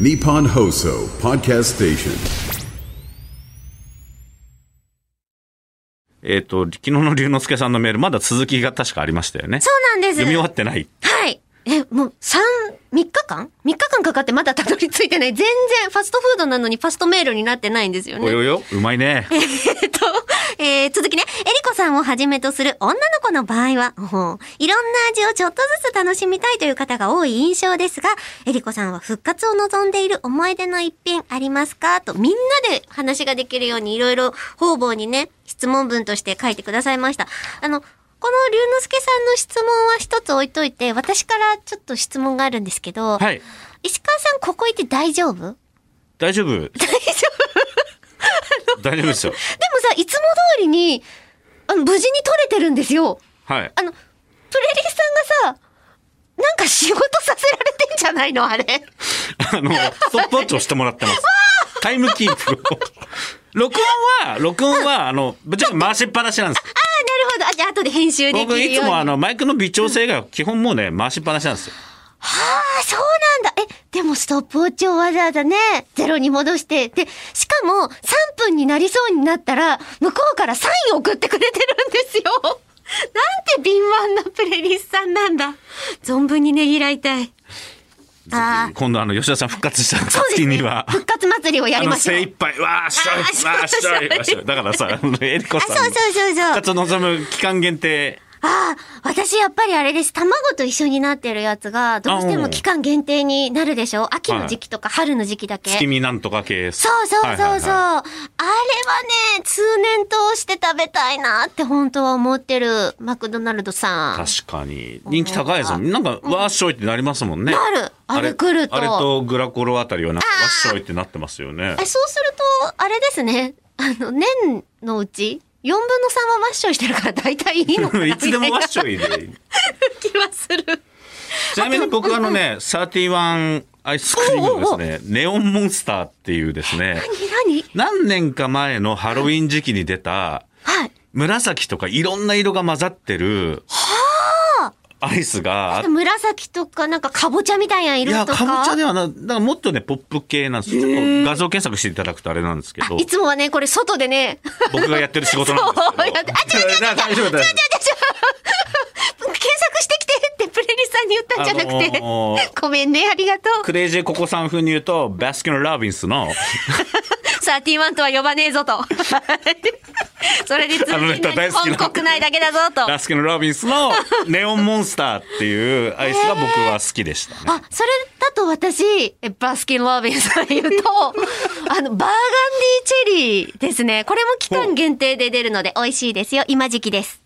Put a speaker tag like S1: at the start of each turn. S1: Nippon Hoso Podcast Station.
S2: えっ、と、昨日の龍之介さんのメール、まだ続きが確かありましたよね。
S3: そうなんです。
S2: 読み終わってない。
S3: はい。え、もう、三、三日間三日間かかってまだたどり着いてない。全然、ファストフードなのにファストメールになってないんですよ
S2: お
S3: ね。
S2: よよ、うまいね。
S3: えっと、えー続きね、えりこさんをはじめとする女の子の場合は、ほういろんな味をちょっとずつ楽しみたいという方が多い印象ですが、えりこさんは復活を望んでいる思い出の一品ありますかと、みんなで話ができるようにいろいろ方々にね、質問文として書いてくださいました。あの、この龍之介さんの質問は一つ置いといて、私からちょっと質問があるんですけど、
S2: はい。
S3: 石川さんここ行って大丈夫
S2: 大丈夫。
S3: 大丈夫
S2: 大丈夫ですよ。
S3: でもさ、いつも通りに、あの、無事に撮れてるんですよ。
S2: はい。
S3: あの、プレリスさんがさ、なんか仕事させられてんじゃない のあれ。
S2: あの、ストップウォッチをしてもらってます。タイムキープを。録音は、録音は、あの、ぶっちゃけ回しっぱなしなんです。
S3: あ、なるほど。あ、じゃあ後で編集できるよう
S2: 僕、
S3: に。
S2: いつもあの、マイクの微調整が基本もうね、回しっぱなしなんですよ。
S3: あ、そうなんだ。え、でもストップウォッチをわざわざね、ゼロに戻して。で、しかも3分になりそうになったら、向こうからサインを送ってくれてるんですよ。 なんて敏腕なプレリスさんなんだ。存分にねぎらいたい。あー
S2: 今度、あの、吉田さん復活した
S3: そうです
S2: 時
S3: ね
S2: には。
S3: 復活祭りをや
S2: あ
S3: り
S2: の
S3: ましょう。
S2: 精一杯わあしょい
S3: あー
S2: わあしょいわあし
S3: し
S2: ょいだからさあのエリコ
S3: あ、
S2: さん
S3: そ
S2: の
S3: うそうそうそう。
S2: 復活を望む期間限定
S3: ああ、私やっぱりあれです。卵と一緒になってるやつが、どうして
S2: あう
S3: も
S2: ん
S3: 期間限定になるでしょ秋の時期とか春の時期だけ。
S2: 月見なんとか系
S3: そうそうそうそ
S2: は
S3: う。
S2: いはいは
S3: あれはね、通年通して食べたいなって本当は思ってるマクドナルドさん。
S2: い確かに人気高いですもんなんかわあしょいってなりますもんね
S3: なるあれ来ると
S2: あれとグラコロあたりはなんかわあしょいってなってますよね
S3: えそうすると、あれですね。あの、年のうち、4分の3はワッショイしてるから大体いいのかな
S2: いつでもわあしょ
S3: み
S2: い で
S3: たいな気はする。
S2: ちなみに僕あのね31アイスクリームのですねネオンモンスターっていうですね
S3: 何何
S2: 何年か前のハロウィン時期に出た
S3: はい。
S2: 紫とかいろんな色が混ざってるアイスがあって
S3: 紫とか、なんかかぼちゃみたいない色
S2: や
S3: とか。
S2: かぼちゃではなだからもっとねポップ系なんですよちょっと画像検索していただくとあれなんですけど
S3: いつもはね、これ外でね、
S2: 僕がやってる仕事なんですけど
S3: そうやってあ
S2: なんか大丈夫大丈
S3: 検索してきてってプレリスさんに言ったんじゃなくて、
S2: あのー
S3: ごめんね、ありがと
S2: 夫クレイジーココさん風に言うとバスキン・ラビンス の
S3: う。サーティワンとは呼ばねえ ぞと。それで通
S2: あのネ
S3: に
S2: タ大好きな
S3: 本国内だけだぞと。
S2: バスキン・ラビンスのネオンモンスターっていうアイスが僕は好きでしたね。
S3: あ、それだと私、えバスキン・ロビンさん言うと、 あの、バーガンディチェリーですね。これも期間限定で出るので美味しいですよ。今時期です。